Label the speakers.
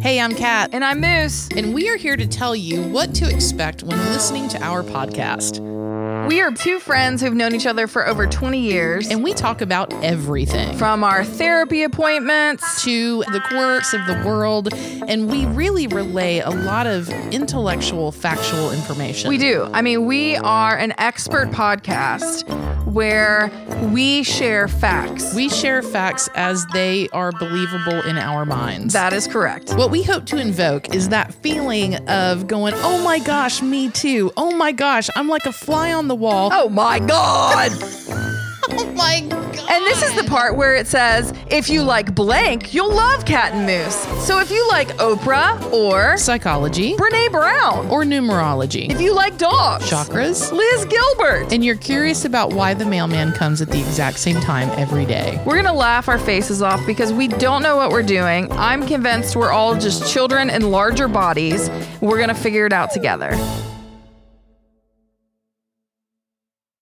Speaker 1: Hey, I'm Kat,
Speaker 2: And I'm Moose.
Speaker 1: and we are here to tell you what to expect when listening to our podcast.
Speaker 2: We are two friends who've known each other for over 20 years.
Speaker 1: And we talk about everything
Speaker 2: from our therapy appointments,
Speaker 1: to the quirks of the world, and we really relay a lot of intellectual, factual information.
Speaker 2: we do. I mean, we are an expert podcast where we share facts.
Speaker 1: We share facts as they are believable in our minds.
Speaker 2: that is correct.
Speaker 1: What we hope to invoke is that feeling of going, oh my gosh, me too. Oh my gosh, I'm like a fly on the wall.
Speaker 2: Oh my God.
Speaker 1: Oh my God.
Speaker 2: And this is the part where it says, if you like blank, you'll love Cat and Moose. So if you like Oprah or
Speaker 1: psychology
Speaker 2: Brene Brown,
Speaker 1: or numerology,
Speaker 2: if you like dogs,
Speaker 1: chakras,
Speaker 2: Liz Gilbert,
Speaker 1: and you're curious about why the mailman comes at the exact same time every day.
Speaker 2: We're gonna laugh our faces off because we don't know what we're doing. I'm convinced we're all just children in larger bodies. We're gonna figure it out together.